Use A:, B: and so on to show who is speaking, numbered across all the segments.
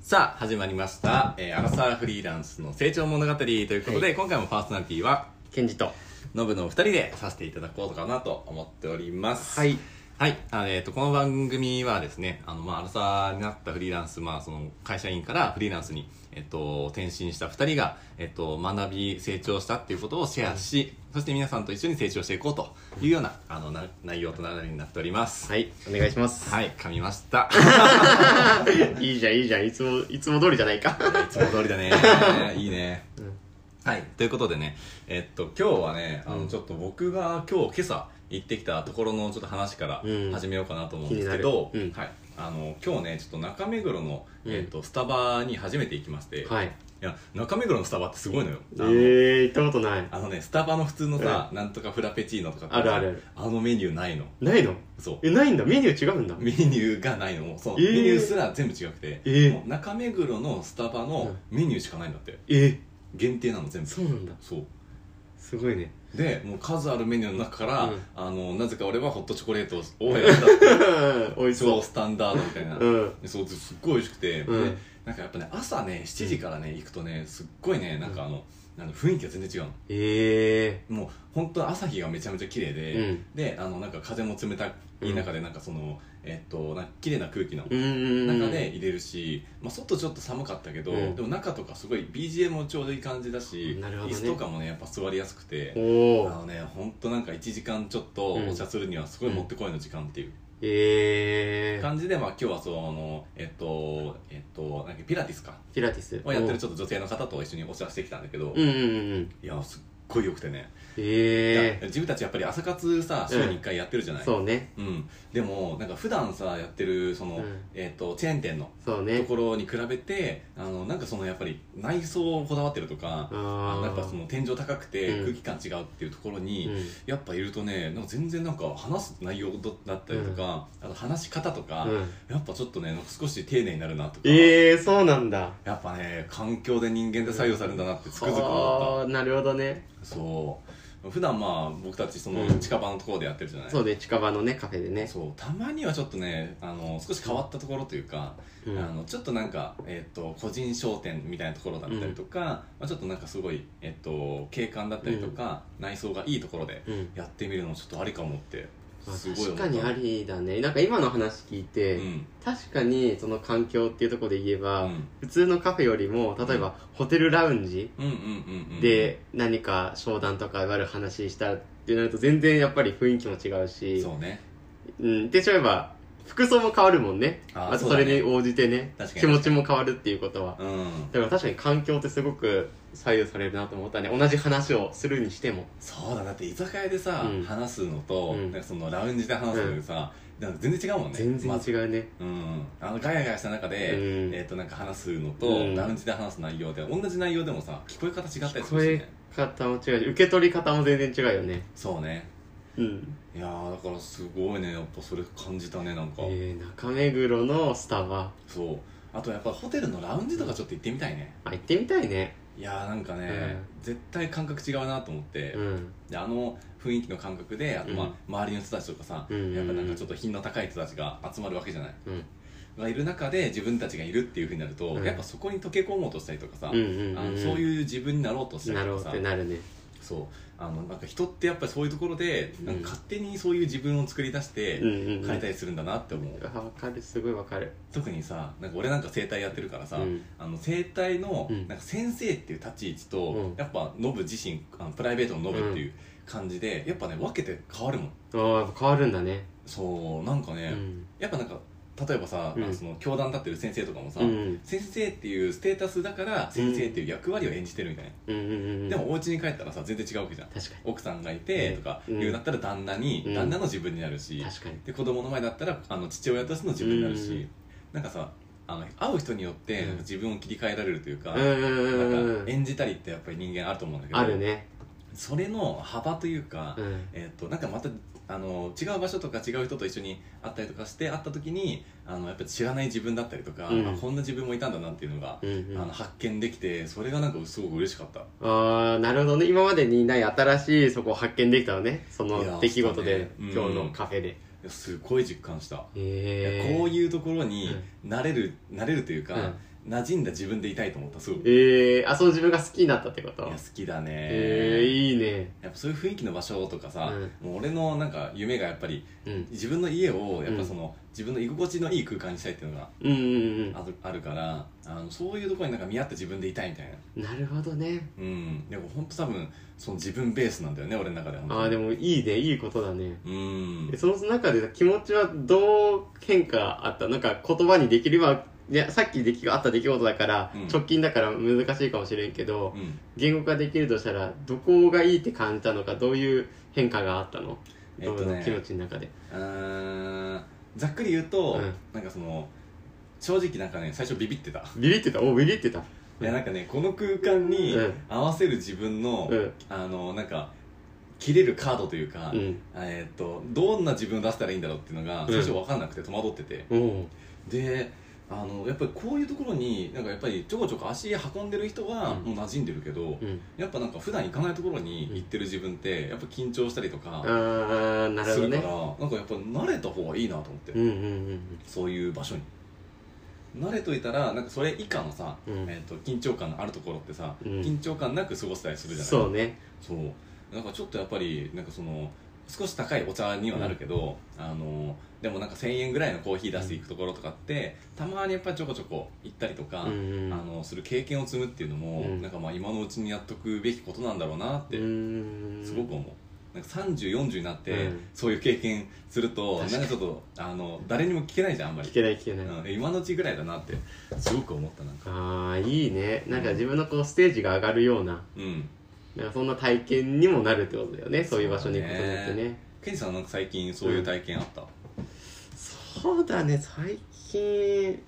A: さあ、始まりました。えー、アラサーフリーランスの成長物語ということで、
B: は
A: 今回もパーソナリティは、
B: ケンジと。
A: ノブのお二人でさせていただこうかなと思っております。
B: はい。
A: はい。あのえっ、と、この番組はですね、あの、まあ、アラサーになったフリーランス、まあ、その、会社員からフリーランスに、えっ、と、転身した二人が、えっ、と、学び、成長したっていうことをシェアし、そして皆さんと一緒に成長していこうというような、あの、な内容となるになっております。
B: はい、お願いします。
A: はい、噛みました。
B: いいじゃん、いいじゃん。いつも、いつも通りじゃないか。
A: いつも通り だね。いいね。はい。ということでね、えっと、今日はね、あの、ちょっと僕が今日、今朝行ってきたところのちょっと話から
B: うん
A: 始めようかなと思うんですけど、
B: 気になるうん
A: はい。あの、今日ね、ちょっと中目黒の、
B: うん
A: えっと、スタバに初めて行きまして、い
B: はい。
A: や、中目黒のスタバってすごいのよ。
B: え
A: あの
B: ー、行ったことない。
A: あのね、スタバの普通のさ、なんとかフラペチーノとかってさ
B: あるあるある
A: あのメニューないの。
B: ないの
A: そう。
B: え、ないんだ。メニュー違うんだ。
A: メニューがないの。そう。
B: えー
A: メニューすら全部違くて、
B: えー
A: もう中目黒のスタバのメニューしかないんだって。
B: え
A: 限定なの全部
B: そうなんだ。
A: そう
B: すごいね。
A: でもう数あるメニューの中から、
B: うん
A: あのなぜか俺はホットチョコレートを選んだって
B: 美味し
A: 超
B: そ
A: スタンダードみたいな、
B: う。うん。
A: そうすっごい美味しくて、
B: うん
A: でなんかやっぱね朝ね7時からね行くとねすっごいねなんかあの、なんか雰囲気が全然違う
B: え
A: のもう本当朝日がめちゃめちゃ綺麗
B: え
A: で、
B: うん。
A: であのなんか風も冷たい中でなんかその、えっとなんか綺麗な空気の
B: うんうんうん。
A: 中で入れるし、まあ、外ちょっと寒かったけど、
B: うん
A: でも中とかすごい BGM もちょうどいい感じだし、
B: なるほど
A: 椅
B: ね
A: 子とかもねやっぱ座りやすくて
B: お
A: あ
B: ー。
A: のねほんとなんか1時間ちょっと
B: うん
A: お茶するにはすごいもってこいの時間っていう
B: ええ
A: 感じで、まあ、今日はそのえっとえっとなんかピラティスか
B: ピラティス。
A: をやってる
B: ち
A: ちょっと女性の方と一緒にお茶してきたんだけど、
B: う
A: い
B: んうんうんうん。
A: やすっごい良くてね、い
B: え
A: や
B: え
A: 自分たちやっぱり朝活さ週に1回やってるじゃない、
B: そうね。
A: うんでもなんか普段さやってるその、
B: うん
A: えっとチェーン店の
B: そう
A: と
B: ね。
A: ころに比べてあのなんかそのやっぱり内装をこだわってるとか
B: あ
A: あ
B: ー
A: やっぱその天井高くて
B: うん
A: 空気感違うっていうところに、
B: うん
A: やっぱいるとねなんか全然なんか話す内容だったりとか、あと話し方とか、
B: うん。
A: やっぱちょっとねなんか少し丁寧になるなとか、
B: ええそうなんだ。
A: やっぱね環境で人間で左右されるんだなってつくづく思っ
B: あーなるほどね。
A: たそう普段まあ僕たちその
B: うん
A: 近場のところでやってるじゃない、
B: そうね、近場のね、カフェでね。
A: そうたまにはちょっとねあの少し変わったところというか、
B: うん
A: あのちょっとなんか、えっと個人商店みたいなところだったりとか、まあ、ちょっとなんかすごい、えっと景観だったりとか、内装がいいところで
B: うん
A: やってみるのもちょっとありかもって
B: まあ
A: すごい思
B: 確
A: った
B: かにありだねなんか今の話聞いて、
A: うん
B: 確かにその環境っていうところで言えば、
A: うん
B: 普通のカフェよりも例えばホテルラウンジ
A: うんうんうんうん
B: で何か商談とかいわゆる話したってなると全然やっぱり雰囲気も違うし
A: そうね
B: うん、でしえば服装も変わるもんね
A: あー
B: また
A: そう
B: そ
A: だね
B: れに応じてね
A: 確かに
B: 気持ちも変わるっていうことは
A: うん
B: だから確かに環境ってすごく左右されるなと思ったね同じ話をするにしても
A: そうだだって居酒屋でさ、
B: うん
A: 話すのと、
B: うん
A: なんかそのラウンジで話すのでさ、なんか全然違うもんね
B: 全然
A: まず
B: 違うね、
A: うん、あのガヤガヤした中で、
B: うん
A: えっとなんか話すのと、
B: うん
A: ラウンジで話す内容で同じ内容でもさ聞こえ方違ったりするし
B: 声
A: ね
B: 方も違うし受け取り方も全然違うよね
A: そうね
B: うん、
A: いやーだからすごいねやっぱそれ感じたねなんか、
B: えー、中目黒のスタバ
A: そうあとやっぱホテルのラウンジとかちょっと行ってみたいね、
B: あ行ってみたいね
A: いやーなんかね、絶対感覚違うなと思って、
B: うん
A: であの雰囲気の感覚であと、まあ周りの人たちとかさ、
B: うん
A: やっぱなんかちょっと品の高い人たちが集まるわけじゃない
B: うん
A: がいる中で自分たちがいるっていうふうになると、
B: うん
A: やっぱそこに溶け込もうとしたりとかさ、
B: うんうん
A: あ
B: うん
A: のそういう自分になろうとした
B: な
A: り
B: る
A: と
B: ほ
A: か
B: ど
A: さ
B: ってなるね
A: そうあのなんか人ってやっぱりそういうところで、なんか勝手にそういう自分を作り出して
B: うんうんうん
A: 変えたりするんだなって思う、
B: あわかるすごいわかる
A: 特にさなんか俺なんか整体やってるからさ、
B: うん
A: あの整体の
B: うん
A: なんか先生っていう立ち位置と、
B: うん
A: やっぱノブ自身あのプライベートのノブっていう感じで、やっぱね分けて変わるもん
B: ああやっぱ変わるんだね
A: そうなんかね、
B: うん
A: やっぱなんか例えばさ、あの
B: うん
A: その教団立ってる先生とかもさ、
B: うん
A: 先生っていうステータスだから先生っていう役割を演じてるみたいな、
B: うんうんうん
A: でもお家に帰ったらさ全然違うわけじゃん
B: 確か
A: 奥さんがいてとか
B: うん
A: 言うだったら旦那に、
B: うん
A: 旦那の自分になるし
B: に確かに
A: で子供の前だったらあの父親としての自分になるし、なんかさあの会う人によって
B: うん
A: 自分を切り替えられるというか、
B: うんうんう
A: なん
B: ん
A: か
B: うん
A: 演じたりってやっぱり人間あると思うんだけど
B: あるね
A: それの幅というか、
B: うん
A: えっとなんかまたあの違う場所とか違う人と一緒に会ったりとかして会った時にあのやっぱ知らない自分だったりとか、
B: うん
A: あこんな自分もいたんだなっていうのが、
B: うんう
A: あの
B: ん
A: 発見できてそれがなんかすごく嬉しかった。
B: ああなるほどね今までにない新しいそこを発見できたのねそ
A: いや
B: の出来
A: そ
B: 事で、
A: うねうん
B: 今日のカフェで
A: いやすごい実感した、
B: え
A: い
B: え
A: やこういうところになれる、なれるというか、
B: うん
A: 馴染んだ自分でいたいと思ったすごくい
B: えー、あ、その自分が好きになったってこと
A: や好きだね
B: えー、いいね。
A: やっぱそういう雰囲気の場所とかさ、
B: う
A: もう俺のなんか夢がやっぱり
B: うん。
A: 自分の家をやっぱその、自分の居心地のいい空間にしたいっていうのが
B: うんうん
A: あるあるからあのそういうところになんか見合って自分でいたいみたいな
B: うん。なるほどね。
A: うんでも本当多分その自分ベースなんだよね俺の中では
B: ああ、で
A: も
B: もいいね、いいことだね。
A: うん
B: その中で気持ちはどう変化あったなんか言葉にできれば、いや、さっき出来あった出来事だから、
A: うん
B: 直近だから難しいかもしれんけど、
A: うん
B: 言語化できるとしたら、どこがいいって感じたのか、どういう変化があったの、
A: えっとね
B: どういう気持ちの中で。
A: うーんざっくり言うと、
B: うん
A: なんかその正直なんかね最初ビビってた
B: ビビってたおビビってた。
A: いやなんかねこの空間に
B: うん
A: 合わせる自分の、
B: うん。
A: あのなんか切れるカードというか、
B: うん。
A: えーっとどんな自分を出したらいいんだろうっていうのが
B: ん
A: 最初分かんなくて戸惑ってて、
B: おう
A: であのやっぱりこういうところになんかやっぱりちょこちょこ足運んでる人は
B: うん
A: もう馴染んでるけど、
B: うん。
A: やっぱなんか普段行かないところに行ってる自分ってやっぱ緊張したりと
B: あ
A: か
B: ー、なる
A: す
B: ほど
A: るから
B: ね。
A: なんかやっぱ慣れた方がいいなと思って、
B: うんうん
A: そういう場所に慣れといたらなんかそれ以下のさ、
B: うん
A: えー、と緊張感のあるところってさ、
B: うん
A: 緊張感なく過ごせたりす
B: う
A: る
B: ん。
A: じゃない
B: そうね。
A: そうなんかちょっとやっぱりなんかその少し高いお茶にはなるけど、あのでもなんか1000円ぐらいのコーヒー出していくところとかって、たまにやっぱりちょこちょこ行ったりとか、
B: うん
A: あのする経験を積むっていうのも、
B: うん
A: なんかまあ今のうちにやっとくべきことなんだろうなって
B: うん。
A: すごく思う。なんか3040になって、
B: うん
A: そういう経験すると
B: 確か
A: なん
B: に
A: かちょっとあの誰にも聞けないじゃんあんまり
B: 聞けない聞けない。
A: うん今のうちぐらいだなってすごく思ったなんか
B: ああいいねなんか自分のこうステージが上がるような
A: うん
B: なんかそんな体験にもなるってことだよねそういう場所に行くことによって
A: そうだ
B: ね
A: ケンジさんなんか最近そういう体験あった、
B: そうだね最近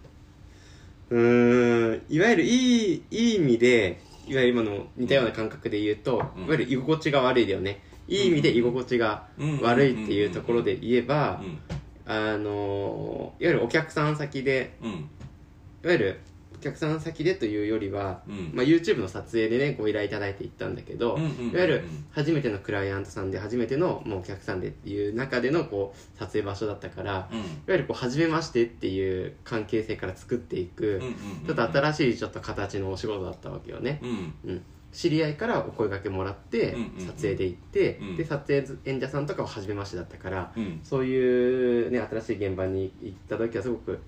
B: うーんいわゆるいいいい意味でいわゆる今の似たような感覚で言うと、
A: うん
B: いわゆる居心地が悪いだよねいい意味で居心地が
A: うん
B: 悪いっていうところで言えば
A: うん
B: あのーいわゆるお客さん先で
A: うん
B: いわゆるお客さん先でというよりは、
A: うん
B: まあ、YouTube の撮影でねご依頼いただいて行ったんだけど、
A: うんうんうんうん
B: いわゆる初めてのクライアントさんで初めてのもうお客さんでっていう中でのこう撮影場所だったからいわ
A: うん
B: ゆるこう初めましてっていう関係性から作っていく、
A: うんうん
B: ちょっと新しいちょっと形のお仕事だったわけよね、
A: うん
B: うん、知り合いからお声掛けもらって
A: うんうんうん
B: 撮影で行って、
A: うん
B: で撮影演者さんとかは初めましてだったから
A: うん
B: そういう、ね、新しい現場に行った時はすごく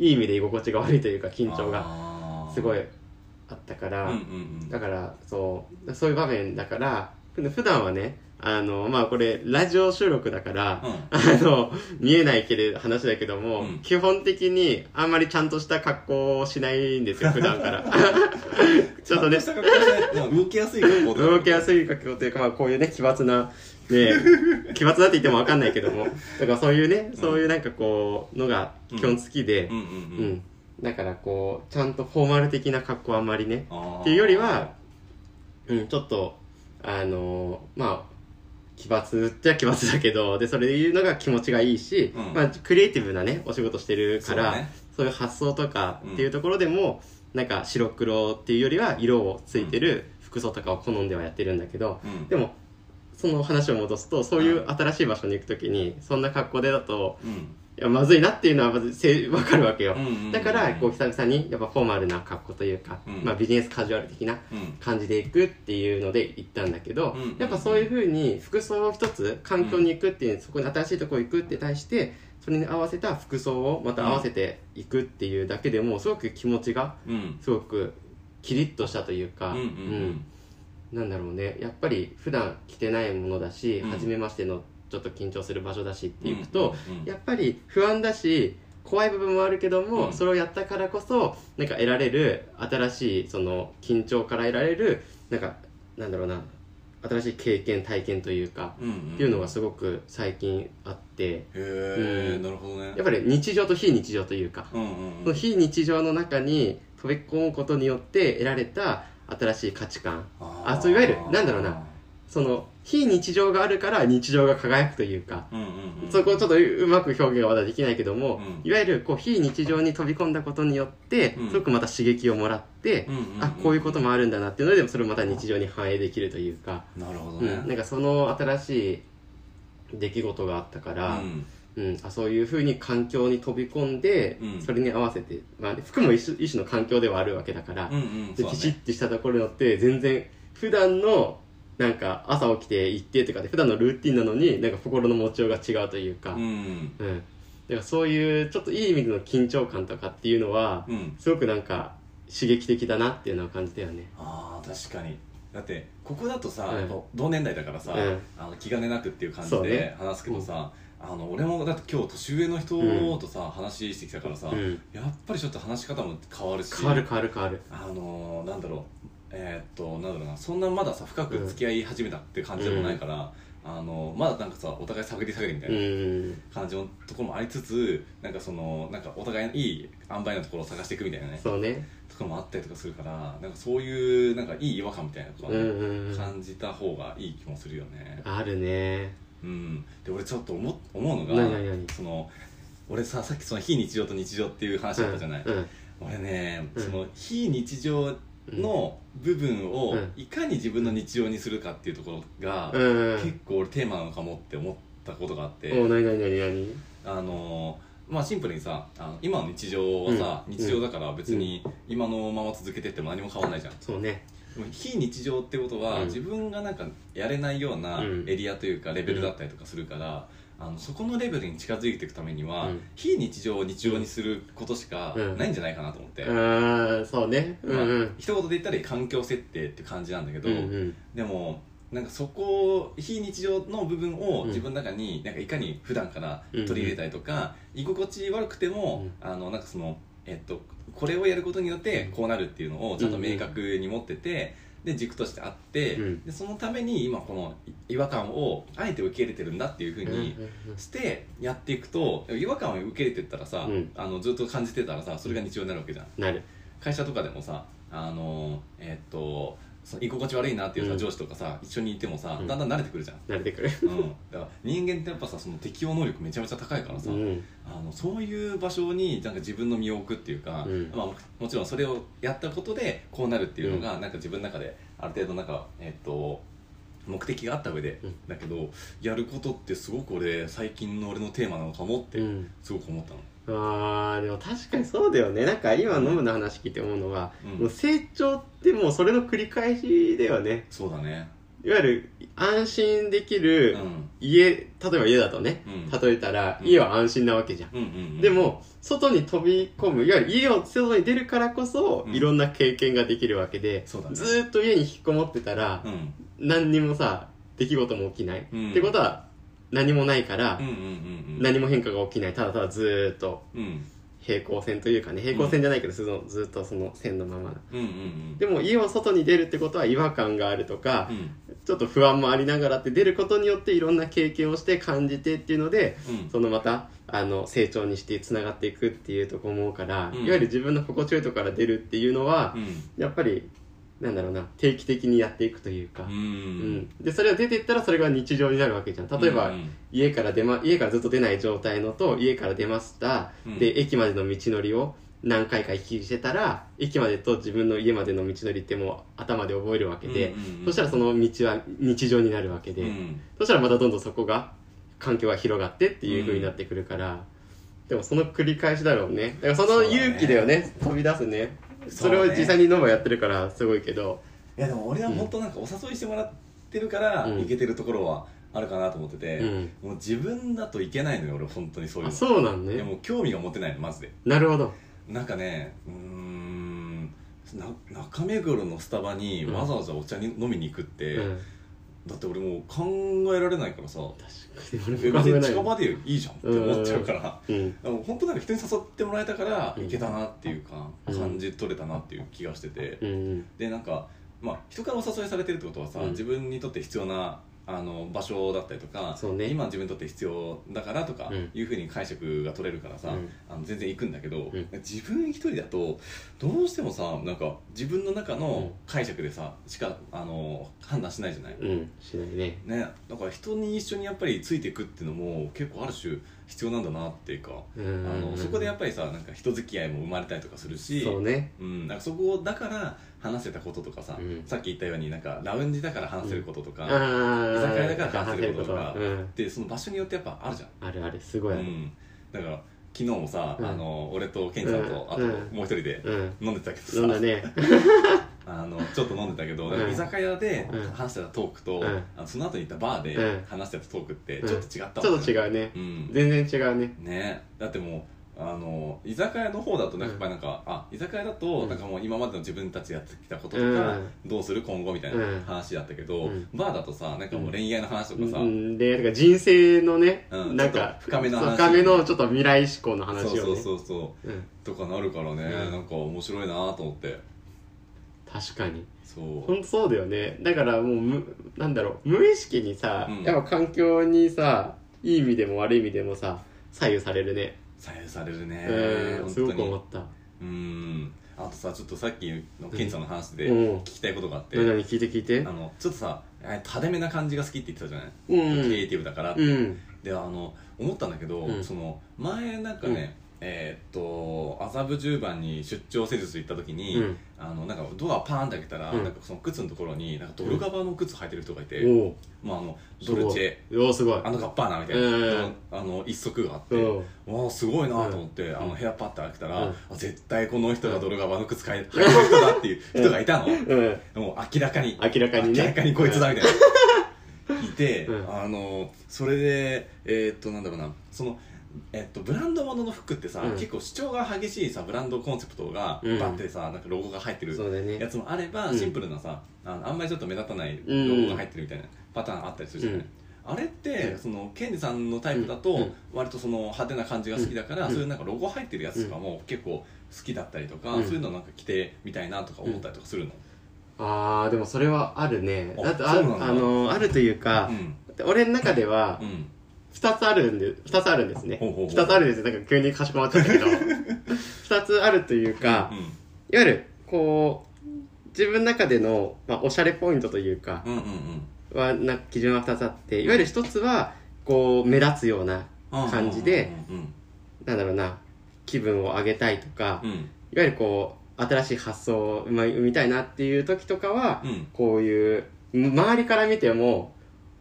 B: いい意味で居心地が悪いというか緊張が
A: が
B: すごいあったか
A: うん
B: ら、
A: うんうん
B: だからそうそういう場面だからふ普段はねあのまあこれラジオ収録だから、
A: うん
B: あの見えないけれど話だけども、
A: うん
B: 基本的にあんまりちゃんとした格好をしないんです よ普段からちょっとね
A: 下がこうして動きやすい格好で
B: 動きやすい格好というか、まあ、こういうね 奇抜なね奇抜だって言っても分かんないけどもだからそういうね、そういうなんかこうのが基本好きで
A: う、んうん
B: うん
A: うん
B: だからこうちゃんとフォーマル的な格好はあんまりね
A: あー
B: っていうよりは、うん、ちょっと、あのーまあ、奇抜っちゃ奇抜だけど、で、それで言うのが気持ちがいいし、
A: うん
B: まあ、クリエイティブなね、お仕事してる
A: そ
B: か
A: うだ
B: ら、そう,、
A: ね
B: いう発想とかっていうところでも、なんか白黒っていうよりは色をついてる服装とかを好んではやってるんだけど、
A: うん
B: でも、その話を戻すと、そういう
A: う
B: 新しい場所に行くときに、そんな格好でだと、
A: うん
B: いや、まずいなっていうのはまずせ、わかるわけよ。
A: うんうんうん
B: だから、こう、久々に、やっぱフォーマルな格好というか、
A: うん
B: まあ、ビジネスカジュアル的な
A: うん
B: 感じでいくっていうので行ったんだけど、
A: うん
B: やっぱそういうふうに服装を一つ環境に行くっていう、そこに新しいところ行くって対してそれに合わせた服装をまた合わせていくっていうだけでもすごく気持ちが
A: うん
B: すごくキリッとしたというか、
A: うんうん
B: うんなんだろうねやっぱり普段着てないものだし、
A: うん
B: 初めましてのちょっと緊張する場所だしっていくと、
A: うんうん
B: やっぱり不安だし怖い部分もあるけども、
A: うん
B: それをやったからこそなんか得られる新しいその緊張から得られるなんかなんだろうな新しい経験体験というか、
A: うんうん
B: っていうのがすごく最近あって
A: へえ
B: うん
A: なるほどね
B: やっぱり日常と非日常というか、
A: うんうん
B: そうの
A: ん
B: 非日常の中に飛び込むことによって得られた新しい価値観
A: あー
B: あそういわゆるなんだろうなその非日常があるから日常が輝くというか
A: うんうんうん
B: そこをちょっとうまく表現はまだできないけども、
A: うん
B: いわゆるこう非日常に飛び込んだことによって、
A: うん
B: すごくまた刺激をもらって、
A: うんうんうん
B: あこういうこともあるんだなっていうのでそれをまた日常に反映できるというか、
A: なるほど
B: うん、な
A: ね
B: んかその新しい出来事があったから、
A: うん
B: ううん、あそういうふうに環境に飛び込んで、
A: うん
B: それに合わせて、まあね、服も一種一種の環境ではあるわけだから、
A: うんうん
B: で
A: そう
B: ピ
A: だ
B: チッ
A: ね
B: てしたところによって全然普段のなんか朝起きて行ってとかで普段のルーティンなのになんか心の持ちようが違うというか、
A: うん
B: うん、だからそういうちょっといい意味での緊張感とかっていうのは、
A: うん
B: すごくなんか刺激的だなっていうのは感じたよね。
A: あー確かにだってここだとさ、
B: うん
A: やっぱ同年代だからさ、
B: うん
A: あの気兼ねなくっていう感じ
B: そう
A: で
B: ね
A: 話すけどさ、あの俺もだって今日年上の人とさ、話してきたからさ、
B: うん、
A: やっぱりちょっと話し方も変わるし
B: 変わる変わる変わる。
A: あのーなんだろうえーっとなんだろうなそんなまださ深く付き合い始めたって感じでもないから、あのまだなんかさお互い探り探りみたいうな、
B: ん、
A: 感じのところもありつつなんかそのなんかお互いのいい塩梅のところを探していくみたいなねと
B: そ うね。
A: ころもあったりとかするからなんかそういうなんかいい違和感みたいなことは
B: う
A: ね、
B: んうんうん。
A: 感じた方がいい気もするよね
B: あるね。
A: うんで俺ちょっと思思うのが
B: 何何何
A: その俺ささっきその非日常と日常っていう話だったじゃない、
B: うんうん
A: 俺ね、
B: うん
A: その非日常の部分を
B: うん
A: いかに自分の日常にするかっていうところが、
B: うんうん。
A: 結構俺テーマなのかもって思ったことがあって、
B: おなになになになに
A: あのーまあシンプルにさあの今の日常はさ、
B: うん
A: 日常だから別に今のまま続けてっても何も変わらないじゃん、
B: そうね
A: でも非日常ってことは、
B: うん
A: 自分がなんかやれないような
B: うん
A: エリアというかレベルだったりとかするから、あのそこのレベルに近づいていくためには、
B: うん
A: 非日常を日常にすることしか
B: うん
A: ないんじゃないかなと思って、
B: うんそうねうん
A: まあ
B: うん
A: 一言で言ったら環境設定って感じなんだけど、
B: うんうん
A: でもなんかそこを非日常の部分を
B: うん
A: 自分の中になんかいかに普段から取り入れたりとか、居心地悪くても、あのなんかその、えっと、これをやることによってこうなるっていうのをちゃんと明確に持ってて、で軸としてあって、
B: うん
A: でそのために今この違和感をあえて受け入れてるんだっていうふう
B: うん
A: にしてやっていくと違和感を受け入れてったらさ、
B: うん
A: あのずっと感じてたらさそれが日常になるわけじゃん。
B: なる
A: 会社とかでもさあのえっとその居心地悪いなっていうさ、
B: うん
A: 上司とかさ一緒にいてもさ
B: うん
A: だんだん慣れてくる じゃん、
B: 慣れてくる
A: うん、だから人間ってやっぱさその適応能力めちゃめちゃ高いからさ、
B: うん
A: あのそういう場所になんか自分の身を置くっていうか、
B: うん
A: まあ、もちろんそれをやったことでこうなるっていうのが、なんか自分の中である程度なんかえっと目的があった上で、
B: うん
A: だけどやることってすごく俺最近の俺のテーマなのかもって
B: うん
A: すごく思ったの、
B: あーでも確かにそうだよねなんか今ノブの話聞いて思うのは、
A: うん
B: もう成長ってもうそれの繰り返しだよね
A: そうだね
B: いわゆる安心でき
A: う
B: る
A: ん
B: 家、例えば家だとね、
A: うん
B: 例えたら
A: うん
B: 家は安心なわけじゃん、
A: うんうんうん
B: でも外に飛び込むいわゆる家を外に出るからこそ、
A: うん
B: いろんな経験ができるわけで、
A: そうだね
B: ずーっと家に引きこもってたら、
A: うん
B: 何にもさ出来事も起きない、
A: うん
B: ってことは何もないから
A: うん、うんうんうん
B: 何も変化が起きないただただずーっと
A: うん
B: 平行線というかね平行線じゃないけど、そのずーっとその線のまま
A: うんうんうん
B: でも家を外に出るってことは違和感があるとか
A: う、ん
B: ちょっと不安もありながらって出ることによっていろんな経験をして感じてっていうので
A: うん
B: そのまたあの成長にしてつながっていくっていうとこ思うから、
A: うん
B: いわゆる自分の心地よいとこから出るっていうのは
A: う、ん
B: やっぱりなんだろうな定期的にやっていくというか、
A: う
B: うん
A: ん、
B: でそれが出ていったらそれが日常になるわけじゃん例えば、
A: うん
B: 家から出、ま、家からずっと出ない状態のと家から出ました、
A: うん
B: で駅までの道のりを何回か行き来してたら駅までと自分の家までの道のりってもう頭で覚えるわけで、
A: うんうんうん
B: そしたらその道は日常になるわけで、
A: うん
B: そしたらまたどんどんそこが環境が広がってっていう風になってくるから、でもその繰り返しだろうねだからその勇気だよね飛び出すね
A: そ
B: そう
A: ね
B: れを実際にノバやってるからすごいけど
A: いやでも俺は本当なんかお誘いしてもらってるから
B: うん
A: いけてるところはあるかなと思ってて、
B: うん
A: もう自分だといけないのよ俺本当にそういう
B: あ
A: の
B: そうなん
A: いや
B: ね
A: もう興味が持てないのマジで
B: なるほど
A: なんかねうーんな中目黒のスタバにわざわざお茶に飲みに行くって、
B: うん
A: だって俺もう考えられないからさ
B: 確かに
A: え
B: 俺も考え
A: 別に
B: ない
A: 近場でいいじゃんって思っちゃうから
B: うん
A: でも本当なんか人に誘ってもらえたから
B: うん
A: いけたなっていうか、
B: うん
A: 感じ取れたなっていう気がしてて、
B: うん
A: でなんか、まあ、人からお誘いされてるってことはさ、
B: うん
A: 自分にとって必要なあの場所だったりとか、
B: そうね
A: 今自分にとって必要だからとか
B: うん
A: いうふうに解釈が取れるからさ、
B: うん
A: あの全然行くんだけど、
B: うん
A: 自分一人だとどうしてもさなんか自分の中の解釈でさしかあの判断しないじゃない、
B: うんしないね
A: ね、だから人に一緒にやっぱりついていくっていうのも結構ある種必要なんだなっていうか。
B: あ
A: あのそこでや
B: っ
A: っぱりさなんか人付き合いも生まれたりとかするし
B: そうね
A: うん、なんかそこだから話せたこととかさ、
B: うん
A: さっき言ったようになんかラウンジだから話せることとか、
B: あー
A: 居酒屋だから話せることとか
B: うん
A: でその場所によってやっぱあるじゃん、
B: あるあるすごいあ
A: う
B: る
A: ん、だから昨日もさ、
B: うん
A: あの俺とケンちゃんと、
B: うん
A: あともう一人で
B: うん
A: 飲んでたけどさ、
B: 飲んだ ね
A: あのちょっと飲んでたけど、
B: うん
A: 居酒屋で
B: うん
A: 話してたトークと、
B: うん
A: あのその後に行ったバーで
B: うん
A: 話してたトークって
B: うん
A: ちょっと違った
B: ち
A: も
B: ょ
A: ん
B: っと違うね
A: うん
B: 全然違うね
A: ねだってもうあの居酒屋の方だとなんかやっぱりなんか、あ居酒屋だと
B: うん
A: なんかもう今までの自分たちやってきたこととか、
B: うん
A: どうする今後みたい
B: うん
A: な話だったけど、
B: うん
A: バーだとさなんかもう恋愛の話とかさ、
B: うん、でなんか人生のね、
A: うん
B: なん
A: ちょっ
B: か
A: と深めの話
B: そう深めのちょっと未来志向の話を
A: そう
B: ね
A: そうそうそ
B: うん、
A: うとかなるからね、
B: うん
A: なんか面白いなと思って
B: 確かに
A: そう
B: 本当そうだよねだからもうむなんだろう無意識にさ、
A: うん
B: やっぱ環境にさいい意味でも悪い意味でもさ左右されるね、
A: 左右されるね、
B: うん
A: 本
B: すご
A: 当
B: く
A: に
B: 思った
A: うんあとさちょっとさっきのケンちゃんの話で
B: うん
A: 聞きたいことがあって、
B: 何々聞いて聞いて
A: あのちょっとさえー派手めな感じが好きって言ってたじゃない、
B: うん
A: クリエイティブだからって
B: うん
A: であの思ったんだけど、
B: うん
A: その前なんかね、
B: うん
A: えーっと麻布十番に出張施術行った時に、
B: うん
A: あのなんかドアパーンって開けたら、
B: うん
A: なんかその靴のところになんかドルガバの靴履いてる人がいて、
B: おお
A: まあ、あのド
B: すごい
A: ルチェ
B: おおすごい
A: あのガッパーナみたいな、
B: うん
A: あの一足があって、
B: うん
A: わあすごいなと思って、あの部屋パッて開けたら、
B: うん
A: あ絶対この人がドルガバの靴買い履いてる人だっていう人がいたの、
B: うん
A: もう明らかに
B: 明らかにね
A: 明らかにこいつだみたいないて、
B: うん
A: あのそれでえーっとなんだろうなそのえっと、ブランドものの服ってさ、
B: うん
A: 結構主張が激しいさブランドコンセプトが
B: うん
A: バッてさ、なんかロゴが入ってる
B: そうだね
A: やつもあれば、
B: うん
A: シンプルなさあのあんまりちょっと目立たない
B: うん
A: ロゴが入ってるみたいなパターンあったりするじゃない、
B: うん
A: あれって、
B: うん
A: そのケンジさんのタイプだ
B: う
A: と
B: ん
A: 割とその派手な感じが好きだから、
B: うん
A: そういうなんかロゴ入ってるやつとかも結構好きだったりとか、
B: うん
A: そういうのなんか着てみたいなとか思ったりとかするの、
B: あーでもそれはあるね
A: あ
B: だってあ
A: そうなんだ
B: あのあるというか
A: う、ん
B: 俺の中では、
A: うん、
B: 二つあるんで、二つあるんですね。
A: ほうほうほう
B: 二つあるんですね。なんか急にかしこまっち ゃったけど。二つあるというか、
A: う
B: いわゆる、こう、自分の中での、まあ、おしゃれポイントというか、
A: んうんうんうん
B: は、な、基準は二つあって、いわゆる一つは、こう、目立つような感じで、
A: うん
B: なんだろうな、気分を上げたいとか、
A: うんうん
B: いわゆるこう、新しい発想を生ま生みたいなっていう時とかは、
A: うん
B: こういう、周りから見ても、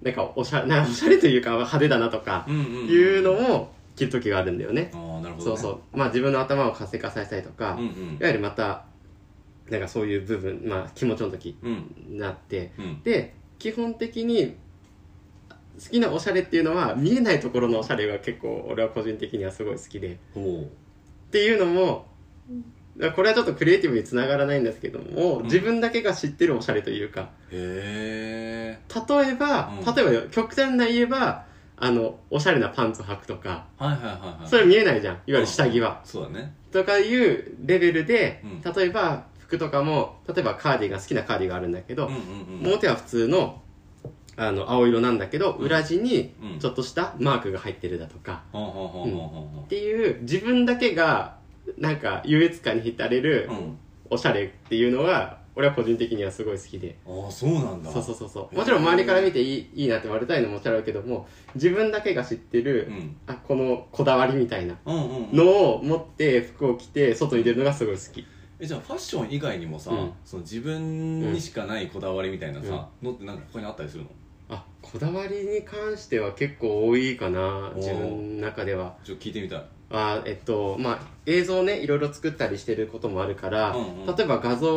B: なんか、おしゃれ、なおしゃれというか、派手だなとか、
A: うんうんうん
B: いうのも着る時があるんだよね。
A: ああなるほど
B: そ
A: ね
B: うそう。まあ自分の頭を活性化させたいとか、
A: うんう
B: い
A: ん
B: わゆるまた、なんかそういう部分、まあ気持ちの時
A: うん
B: になって、
A: うん
B: で、基本的に好きなおしゃれっていうのは見えないところのおしゃれが結構俺は個人的にはすごい好きで、っ
A: ほ
B: ていうのも、これはちょっとクリエイティブにつながらないんですけども、
A: ん
B: 自分だけが知ってるおしゃれというか、
A: うへえ
B: 例えば、
A: うん
B: 例えばよ極端な言えば、あの、おしゃれなパンツ履くとか、
A: はいはいはいはい
B: それ
A: いわ
B: 見えないじゃん。いわゆる下着は。
A: そうだね
B: とかいうレベルで、
A: うん
B: 例えば服とかも例えばカーディガン好きなカーディガンあるんだけ
A: う
B: ど
A: ん、うんうん
B: 表は普通のあの青色なんだけど裏地に
A: うん
B: ちょっとしたマークが入ってるだとか
A: ほうほうほうほうほうほ
B: っていう自分だけがなんか優越感に浸れる
A: ううん
B: おしゃれっていうのは俺は個人的にはすごい好きで。
A: ああそうなんだ
B: そうそうそうそうもちろん周りから見ていいいいなって言われたいのももちろんあるけども自分だけが知ってる、
A: うん
B: あこのこだわりみたいな
A: うんうんうん
B: のを持って服を着て外に出るのがすごい好き
A: えじゃあファッション以外にもさ
B: うん
A: その自分にしかないこだわりみたいなさのってなんか他にあったりするの
B: あこだわりに関しては結構多いかな
A: おー
B: 自分の中では
A: ちょっと聞いてみたい
B: あえっとまあ映像をねいろいろ作ったりしてることもあるから、
A: うんうん
B: 例えば画像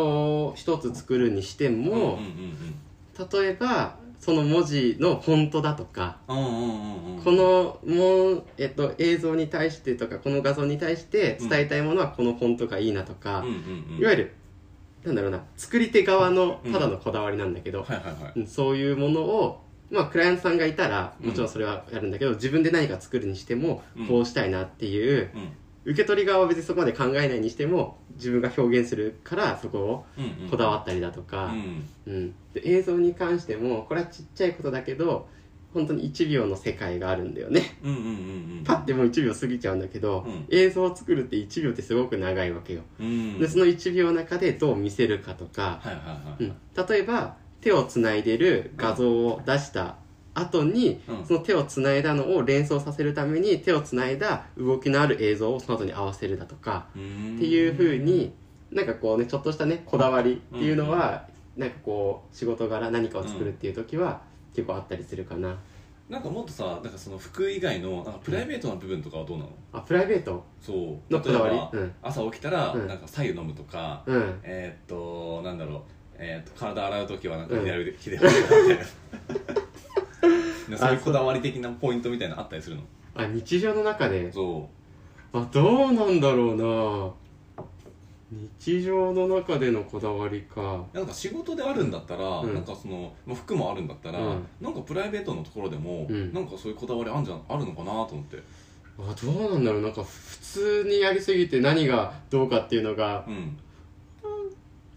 B: を一つ作るにして
A: うんうんうん
B: も、
A: うん
B: 例えばその文字のフォントだとか、
A: うんうんうんうん
B: このもう、えっと、映像に対してとかこの画像に対して伝えたいものはこのフォントがいいなとか
A: うん、うんうん
B: いわゆるなんだろうな作り手側の
A: うん
B: ただのこだわりなんだけど、
A: はいはいはい
B: うんそういうものを、まあ、クライアントさんがいたらもちろんそれはやるんだけど、自分で何か作るにしても
A: うん
B: こうしたいなっていう、
A: うん
B: 受け取り側は別にそこまで考えないにしても自分が表現するからそこを
A: うんうん
B: こだわったりだと
A: う
B: か、
A: ん
B: うんで映像に関してもこれはちっちゃいことだけど本当に1秒の世界があるんだよね
A: うんうんうんうん
B: パッてもう1秒過ぎちゃうんだけど、
A: うん
B: 映像を作るって1秒ってすごく長いわけよ、
A: うん
B: でその1秒の中でどう見せるかとか、
A: はいはいは
B: う
A: い
B: ん、例えば手をつないでる画像を出した後に、
A: うん
B: その手をつないだのを連想させるために手をつないだ動きのある映像をその後に合わせるだとか、
A: うん
B: っていうふうになんかこうねちょっとしたねこだわりっていうのは、なんかこう仕事柄何かを作るっていう時は、結構あったりするかな
A: なんかもっとさなんかその服以外のなんかプライベートな部分とかはどうなの、
B: あプライベート
A: そう
B: のこ
A: 例え
B: だわり
A: ば、
B: うん
A: 朝起きたら
B: うん
A: なんか白湯飲むとか、
B: うん
A: えーっとなんだろう、えーっと体洗う時はなんか
B: うん
A: 左腕、左腕だみ たいなそういう
B: あ
A: こだわり的なポイントみたいなのあったりするの
B: あ日常の中で
A: そ
B: あどうなんだろうな日常の中でのこだわりか
A: うなんか仕事であるんだったら、
B: うん
A: なんかそのまあ服もあるんだったら、
B: うん
A: なんかプライベートのところでも、
B: うん
A: なんかそういうこだわりあるんじゃあるのかなと思って
B: あどうなんだろうなんか普通にやりすぎて何がどうかっていうのが
A: うん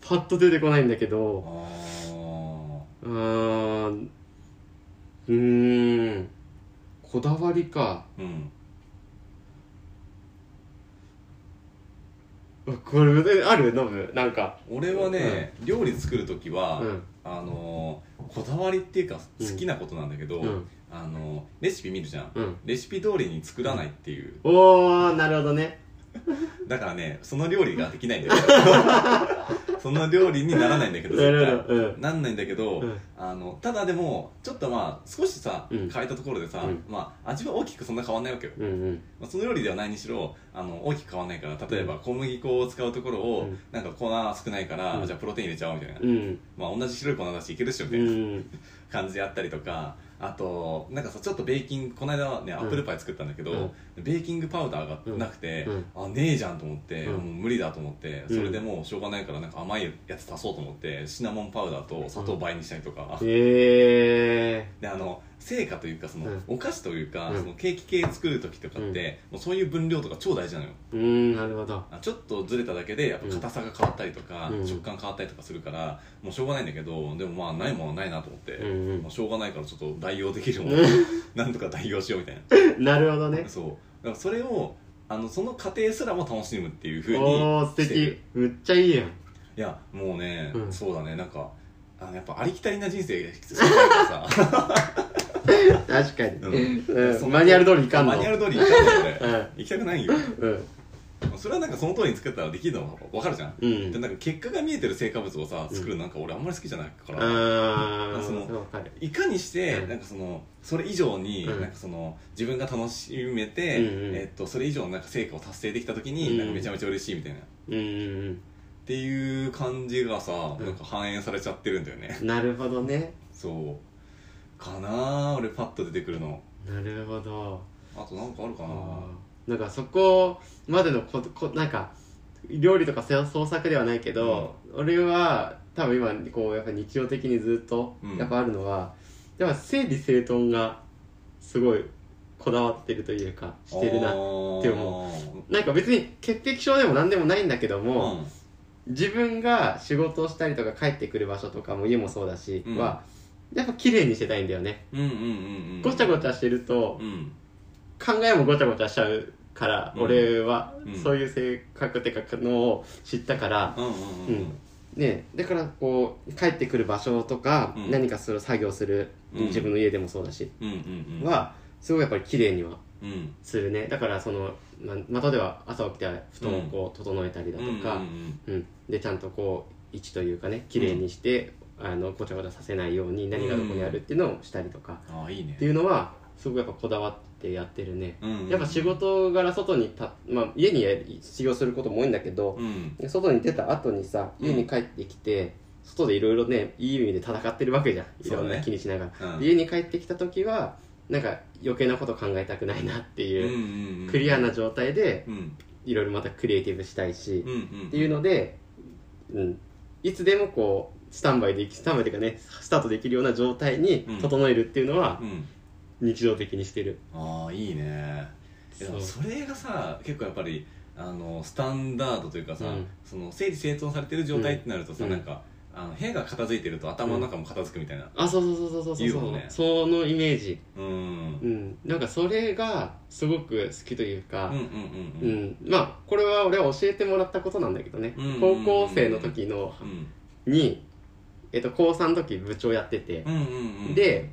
B: パッと出てこないんだけ
A: あ
B: ど
A: ー
B: うーんうーんこだわりか
A: うん
B: あこれあるノブなんか
A: 俺はね、料理作る時は、
B: うん
A: あのーこだわりっていうか
B: うん
A: 好きなことなんだけど、
B: うん
A: あのーレシピ見るじゃん
B: うん
A: レシピ通りに作らないっていう
B: おーなるほどね
A: だからねその料理ができない んだけどその料理にならないんだけど
B: なる
A: 絶
B: ほどうん
A: 対なんないんだけど、
B: うん
A: あのただでもちょっとまあ少しさ、
B: うん
A: 変えたところでさ、
B: うん
A: まあ、味は大きくそんな変わんないわけよ、
B: うんうん
A: まあ、その料理ではないにしろあの大きく変わんないから例えば小麦粉を使うところを、
B: うん
A: なんか粉少ないから、
B: うん
A: じゃあプロテイン入れちゃおうみたいな、
B: うん
A: まあ、同じ白い粉だしいけるっしょみた
B: う
A: いなん感じであったりとかあとなんかさちょっとベーキングこの間はねアップルパイ作ったんだけど、ベーキングパウダーがなくて、あねえじゃんと思って、
B: うん
A: もう無理だと思って
B: うん
A: それでもうしょうがないからなんか甘いやつ足そうと思ってシナモンパウダーと砂糖倍にしたりとか、
B: え
A: であの成果というかその、
B: うん
A: お菓子というか、
B: うん
A: そのケーキ系作る時とかって、もうそういう分量とか超大事なのよ
B: ー、うんなるほど
A: あちょっとずれただけでやっぱ硬さが変わったりとか、
B: うん
A: 食感変わったりとかするからもうしょうがないんだけどでもまあないものはないなと思って、
B: うんうん
A: もうしょうがないからちょっと代用できるもの、なんとか代用しようみたいな
B: なるほどね
A: そうだからそれをあのその過程すらも楽しむっていうふうに
B: おお素
A: してる
B: 敵むっちゃいいやん
A: いやもうね、
B: うん
A: そうだねなんかあのやっぱありきたりな人生が必要だか らさ
B: 確かに、
A: う
B: うんん
A: その
B: マニュアル通りいかんの
A: マニュアル通り行かんのよ
B: う
A: 俺
B: ん
A: 行きたくないよ
B: うん
A: それはなんかその通りに作ったらできるのわかるじゃん、
B: うん
A: でなんか結果が見えてる成果物をさ
B: うん
A: 作るのなんか俺あんまり好きじゃないから、
B: あ
A: その
B: あわかる
A: いかにして、
B: うん
A: なんかそのそれ以上に、
B: うん
A: なんかその自分が楽しめて、
B: うんうん
A: えっと、それ以上のなんか成果を達成できた時に、
B: うん
A: なんかめちゃめちゃ嬉しいみたいなっ
B: うんうん
A: ていう感じがさ、
B: うん
A: なんか反映されちゃってるんだよね
B: うんなるほどね
A: そうかなー俺パッと出てくるの
B: なるほど
A: あとなんかあるかな
B: なんかそこまでのここなんか料理とかせ創作ではないけど、俺は多分今こうやっぱ日常的にずっと
A: うん
B: やっぱあるのは、やっぱ整理整頓がすごいこだわってるというかしてるなって
A: 思
B: なんか別に潔癖症でも何でもないんだけども、自分が仕事をしたりとか帰ってくる場所とかも家もそうだし、
A: うん
B: はやっぱ綺麗にしてたいんだよね、
A: うんうんうんうんうん
B: ごちゃごち
A: ゃ
B: ゃしてると
A: うん
B: 考えもごちゃごちゃしちゃうから、
A: うん
B: 俺は
A: うん
B: そういう性格っていうかのを知ったから、
A: うんうんうん
B: ねだからこう帰ってくる場所とか、
A: うん
B: 何かする作業する、
A: うん
B: 自分の家でもそうだし、
A: うんうんうん
B: はすごいやっぱり綺麗には
A: うん
B: するねだからそのままたでは朝起きて布団をこう整えたりだとか、
A: うんうん
B: うん、でちゃんとこう位置というかね綺麗にして、あのごちゃごちゃさせないように何がどこにあるっていうのをしたりとか、
A: うんああいいね
B: っていうのはすごくやっぱこだわってやってるね、
A: うんうん
B: やっぱ仕事柄外にた、まあ、家にや修行することも多いんだけど、
A: うん
B: 外に出た後にさ
A: うん
B: 家に帰ってきて、外でいろいろねいい意味で戦ってるわけじゃんい
A: そう
B: ろ
A: ね
B: んな気にしながら、
A: うん
B: で家に帰ってきた時はなんか余計なこと考えたくないなって
A: うんう
B: いう、
A: んうん
B: クリアな状態で
A: うん
B: いろいろまたクリエイティブしたいし、
A: うんうん
B: っていうので、うん、いつでもこうスタンバイできスタンバイというかねスタートできるような状態に
A: うん
B: 整えるっていうのは
A: うん
B: 日常的にしてる、
A: ああいいねいや
B: そう
A: それがさ結構やっぱりあのスタンダードというかさ、
B: うん
A: その整理整頓されてる状態ってなるとさ、
B: うん
A: なんかあの部屋が片付いてると頭の中も片付くみたいな
B: あそうそうそうそうそう
A: 言う
B: そ
A: も
B: うん
A: ね
B: そのイメージ、
A: うんうん
B: うん、なんかそれがすごく好きという
A: うんう
B: か、
A: ん
B: う
A: うんん
B: まあこれは俺は教えてもらったことなんだけどね、
A: うん
B: 高校生の時の
A: うん
B: に、えっと、高3の時部長やってて
A: う、んうんうん
B: で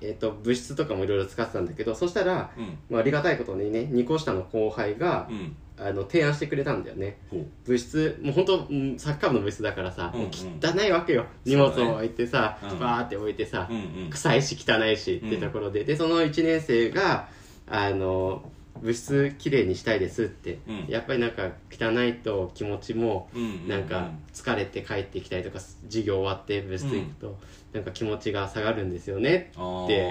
B: えっと、部室とかもいろいろ使ってたんだけどそしたら、
A: うん
B: まあ、ありがたいことにね2個下の後輩が
A: うん
B: あの提案してくれたんだよね
A: ほう
B: 部室もう本当うんサッカー部の部室だからさ、
A: うんうん
B: 汚いわけよ荷物を置いてさ、
A: そうだねうん
B: バーって置いてさ、
A: うんうん
B: 臭いし汚いしってところで、でその1年生があの物質きれいにしたいですって、
A: うん
B: やっぱりなんか汚いと気持ちも
A: うんうんうん
B: なんか疲れて帰ってきたりとか授業終わって部室行くとなんか気持ちが下がるんですよねって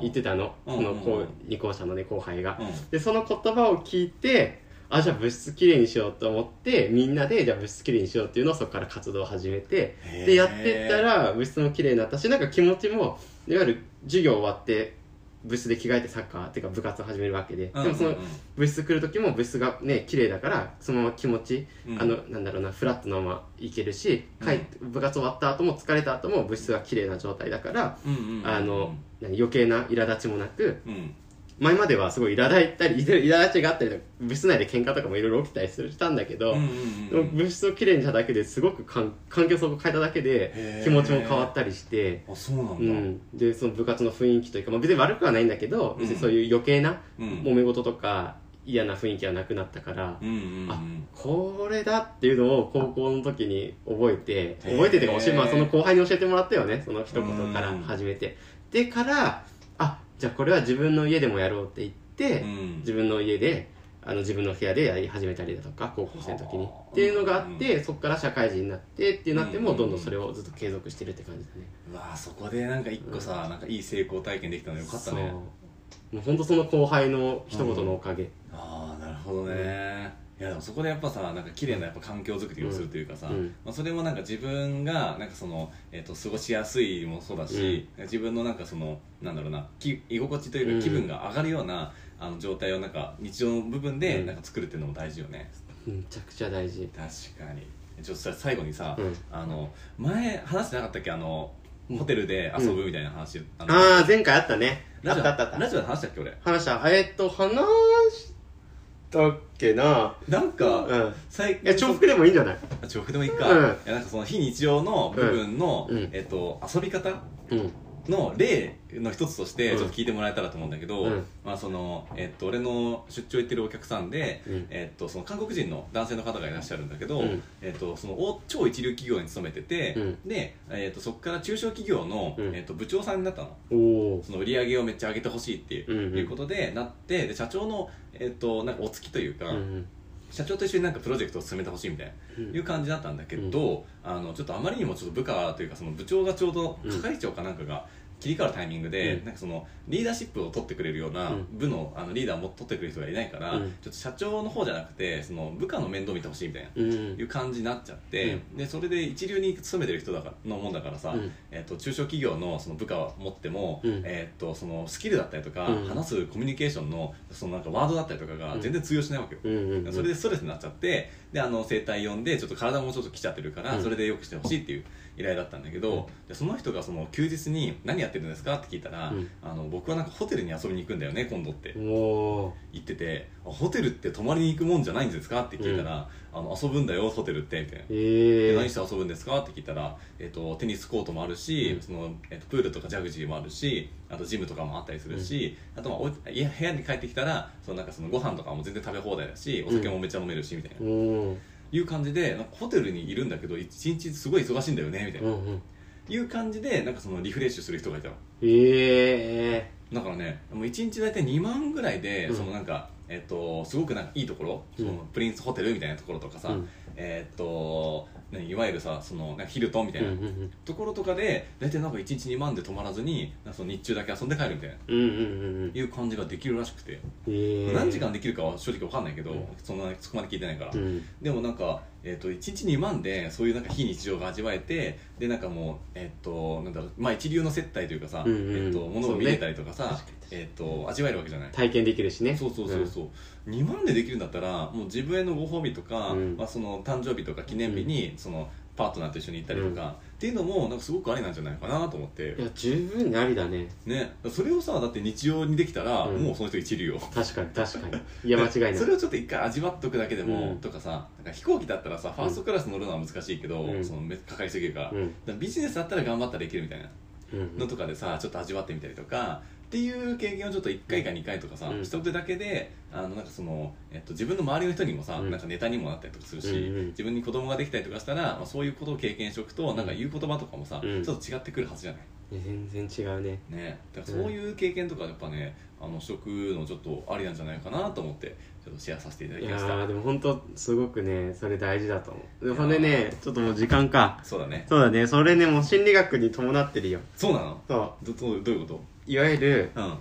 B: 言ってたの、
A: うん
B: その
A: うん
B: こ
A: う
B: うん二校舎のね後輩が
A: あー
B: でその言葉を聞いてあじゃあ物質きれいにしようと思ってみんなでじゃあ物質きれいにしようっていうのをそこから活動を始めて
A: へー
B: でやってったら物質もきれいになったしなんか気持ちもいわゆる授業終わって物質で着替えてサッカーっていうか部活を始めるわけで、
A: うん
B: でもそ
A: うん
B: の
A: うん
B: 物質来る時も物質がね綺麗だからそのまま気持ち、
A: うん
B: あのなんだろうなフラットなままいけるし
A: うん
B: 帰って部活終わった後も疲れた後も物質が綺麗な状態だから、
A: うんうんうん
B: あの何余計な苛立ちもなく
A: うん
B: 前まではすごい苛立ったりいろいろ苛立ちがあったりとか部室内で喧嘩とかもいろいろ起きたりするしたんだけど、
A: うんうん
B: で
A: うんう
B: も
A: ん
B: 物質をきれいにしただけですごくかん環境を変えただけ
A: へ
B: で
A: ー
B: 気持ちも変わったりして、
A: あそうなんだ
B: うん、でその部活の雰囲気というか、まあ、別に悪くはないんだけど
A: うん
B: 別にそういう余計な
A: うん
B: 揉め事とか嫌な雰囲気はなくなったから、
A: うんうんうん
B: あこれだっていうのを高校の時に覚えて
A: へー
B: 覚えててか教え、まあ、その後輩に教えてもらったよねその一言から
A: うん
B: 始めてでからあじゃあこれは自分の家でもやろうって言って、
A: うん
B: 自分の家であの自分の部屋でやり始めたりだとか高校生の時に
A: はあ
B: っていうのがあって、そこから社会人になってってなっても、
A: うん
B: どんどんそれをずっと継続してるって感じだね
A: うわあそこでなんか一個さなんかいい成功体験できたのよかったね
B: そうもう本当その後輩の一言のおかげ、
A: ああなるほどね、いやでもそこでやっぱさなんか綺麗なやっぱ環境づくりをするというかさ、
B: うんうん
A: まあ、それもなんか自分がなんかその、えっと過ごしやすいもそうだし、自分のなんかそのなんだろうなき居心地というか気分が上がるような、あの状態をなんか日常の部分で
B: うん
A: なんか作るっていうのも大事よね、
B: めちゃくちゃ大事
A: 確かにちょっとさ最後にさ、
B: うん
A: あの前話してなかったっけあのホテルで遊ぶみたいな話、あの
B: ああ前回あったねあ
A: ラ
B: っ
A: ジオ
B: たあったあった
A: ラジオで話したっけ俺
B: 話したえーっと話したっけな
A: なんか、
B: うん
A: 最
B: いや重複でもいいんじゃない
A: 重複でもいいか、
B: うん
A: いやなんかその非日常の部分の、
B: うんうん
A: えっと、遊び方
B: うん
A: の例の一つとして
B: うん
A: ちょっと聞いてもらえたらと思うんだけど、
B: うん
A: まあそのえっと、俺の出張行ってるお客さんで、
B: うん
A: えっと、その韓国人の男性の方がいらっしゃるんだけど、
B: うん
A: えっと、そのお超一流企業に勤めてて、
B: うん
A: でえっと、そこから中小企業の、
B: うん
A: えっと、部長さんになったの。
B: おおー
A: その売り上げをめっちゃ上げてほしいっていう,、
B: うんうん
A: いうことでなってで社長の、えっと、なんかお付きというか、
B: うん
A: 社長と一緒になんかプロジェクトを進めてほしいみたいな
B: うん
A: いう感じだったんだけど、あのちょっとあまりにもちょっと部下というかその部長がちょうど
B: うん
A: 係長かなんかが切り替わるタイミングで、
B: うん
A: なんかそのリーダーシップを取ってくれるような
B: うん
A: 部のあのリーダーも取ってくれる人がいないから、
B: うん
A: ちょっと社長の方じゃなくてその部下の面倒見てほしいみたいな。
B: うん
A: いう感じになっちゃって、でそれで一流に勤めてる人だからのもんだからさ、
B: うん
A: えっと中小企業のその部下を持っても、
B: うん
A: えっとそのスキルだったりとか、
B: うん
A: 話すコミュニケーションのそのなんかワードだったりとかが全然通用しないわけよ、
B: うんうんうん
A: それでストレスになっちゃってであの整体呼んでちょっと体もちょっと来ちゃってるから、
B: うん
A: それでよくしてほしいっていう依頼だったんだけど、でその人がその休日に何やってるんですかって聞いたら、
B: うん
A: あの僕はなんかホテルに遊びに行くんだよね今度って
B: おー
A: 言っててあホテルって泊まりに行くもんじゃないんですかって聞いたら、あの遊ぶんだよホテルってみたいな。
B: え
A: で
B: え
A: 何して遊ぶんですかって聞いたら、えっとテニスコートもあるし、
B: うん
A: そのえっとプールとかジャグジーもあるしあとジムとかもあったりするし、あと、まあ、おいや部屋に帰ってきたらそのなんかそのご飯とかも全然食べ放題だしお酒もめっちゃ飲めるしみたいな、
B: おおー
A: いう感じでなんかホテルにいるんだけど一日すごい忙しいんだよねみたいうな、
B: んうん
A: いう感じでなんかそのリフレッシュする人がいたの
B: ええ
A: だからねもう一日大体2万ぐらいで、
B: うん
A: そのなんかえっと、すごくなんかいいところ、
B: うん
A: そのプリンスホテルみたいなところとかさ、
B: うん
A: えっと何いわゆるさそのなんかヒルトンみたい
B: うん
A: な
B: うんうん
A: ところとかで大体なんか1日2万で泊まらずになんかその日中だけ遊んで帰るみたいな
B: うんうんうんうん
A: いう感じができるらしくて、
B: ええ
A: 何時間できるかは正直わかんないけど、
B: うん
A: そんなそこまで聞いてないから、
B: うん
A: でもなんか、えー、と1日2万でそういうなんか非日常が味わえてでなんかもう、えっとなんだろうまあ、一流の接待というかさ、
B: うんうん
A: えっと物を見れたりとかさ、
B: そうね確かに確か
A: えっと味わえるわけじゃない。
B: 体験できるしね
A: そうそうそうそう、2万でできるんだったらもう自分へのご褒美とか、
B: うん
A: まあ、その誕生日とか記念日にそのパートナーと一緒に行ったりとか、っていうのもなんかすごくありなんじゃないかなと思って
B: い、や十分にありだね
A: ね、それをさだって日常にできたら、
B: うん
A: もうその人一流よ。
B: 確かに確かに いや間違いない
A: それをちょっと一回味わっとくだけでも、
B: うん
A: とかさなんか飛行機だったらさファーストクラス乗るのは難しいけど、
B: うん
A: そのめかかりすぎるから,、
B: うん
A: ビジネスだったら頑張ったらいけるみたいな
B: うん
A: のとかでさちょっと味わってみたりとかっっていう経験をちょっと1回か2回とかさ、
B: うん
A: したことだけであのなんかその、えっと、自分の周りの人にもさ、
B: うん
A: なんかネタにもなったりとかするし、
B: うんうん
A: 自分に子供ができたりとかしたら、まあ、そういうことを経験しておくと、なんか言う言葉とかもさ、
B: うん
A: ちょっと違ってくるはずじゃない
B: いや全然違うね
A: ねだからそういう経験とかやっぱねあの食のちょっとありなんじゃないかなと思ってちょっとシェアさせていただ
B: い
A: き
B: や
A: ました
B: ーでも本当すごくねそれ大事だと思うで
A: いやー
B: ほんでねちょっともう時間か
A: そうだね
B: そうだねそれねもう心理学に伴ってるよ
A: そうなの
B: そ
A: どどうどういうこ
B: ういわゆる
A: とうん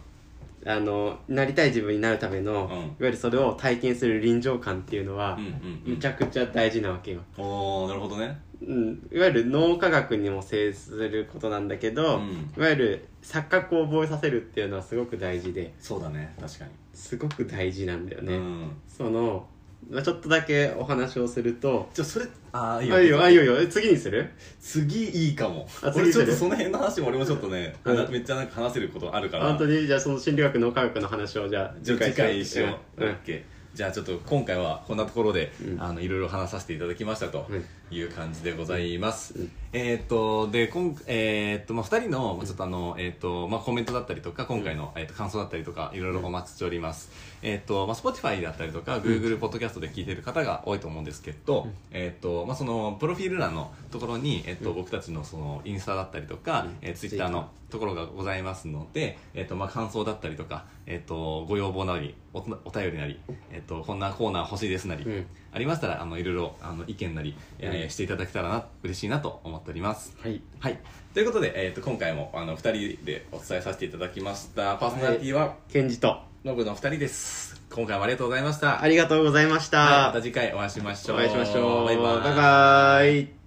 B: あのなりたい自分になるための、
A: うん
B: いわゆるそれを体験する臨場感っていうのは
A: う、んうんう
B: め
A: ん
B: ちゃくちゃ大事なわけよ、
A: おーなるほどね
B: うん、いわゆる脳科学にも制することなんだけ
A: う
B: ど、
A: ん
B: いわゆる錯覚を覚えさせるっていうのはすごく大事で
A: そうだね確かに
B: すごく大事なんだよね、
A: うん
B: その、まあ、ちょっとだけお話をすると
A: じゃあそれああ
B: あ
A: いい
B: い
A: よ
B: いよあいいよいいよえ次にする
A: 次いいかも
B: あ次
A: 俺ちょっと
B: する
A: その辺の話も俺もちょっとね、
B: うん
A: なめっちゃなんか話せることあるから
B: 本当にじゃあその心理学脳科学の話をじゃあ
A: じゃあ次回しよう、
B: うん、
A: オッケーじゃあちょっと今回はこんなところで、
B: うん
A: あのいろいろ話させていただきましたと
B: うん
A: いう感じでございます、
B: うん
A: えーっとで今えーっと、まあ、2人のちょっとあの、えーっとまあ、コメントだったりとか今回の、えーっと感想だったりとかいろいろお待ちしております、えーっとまあ、Spotify だったりとか Google ポッドキャストで聞いてる方が多いと思うんですけど、えーっとまあ、そのプロフィール欄のところに、えーっと僕たちのそのインスタだったりとか、
B: うん
A: えー、Twitter のところがございますので、えっとまあ、感想だったりとか、えっとご要望なりおお便りなり、えっとこんなコーナー欲しいですなり、
B: うん
A: ありましたらあのいろいろあの意見なり、え
B: う
A: ー
B: ん
A: していただけたらな嬉しいなと思っております。
B: はい
A: はい、ということで、えっと今回もあの2人でお伝えさせていただきましたパーソナリティは
B: ケンジと
A: ノブの2人です。今回もありがとうございました。
B: ありがとうございました、
A: はいまた次回お会いしましょう。
B: お会いしましょう
A: バイバイ
B: バイバイ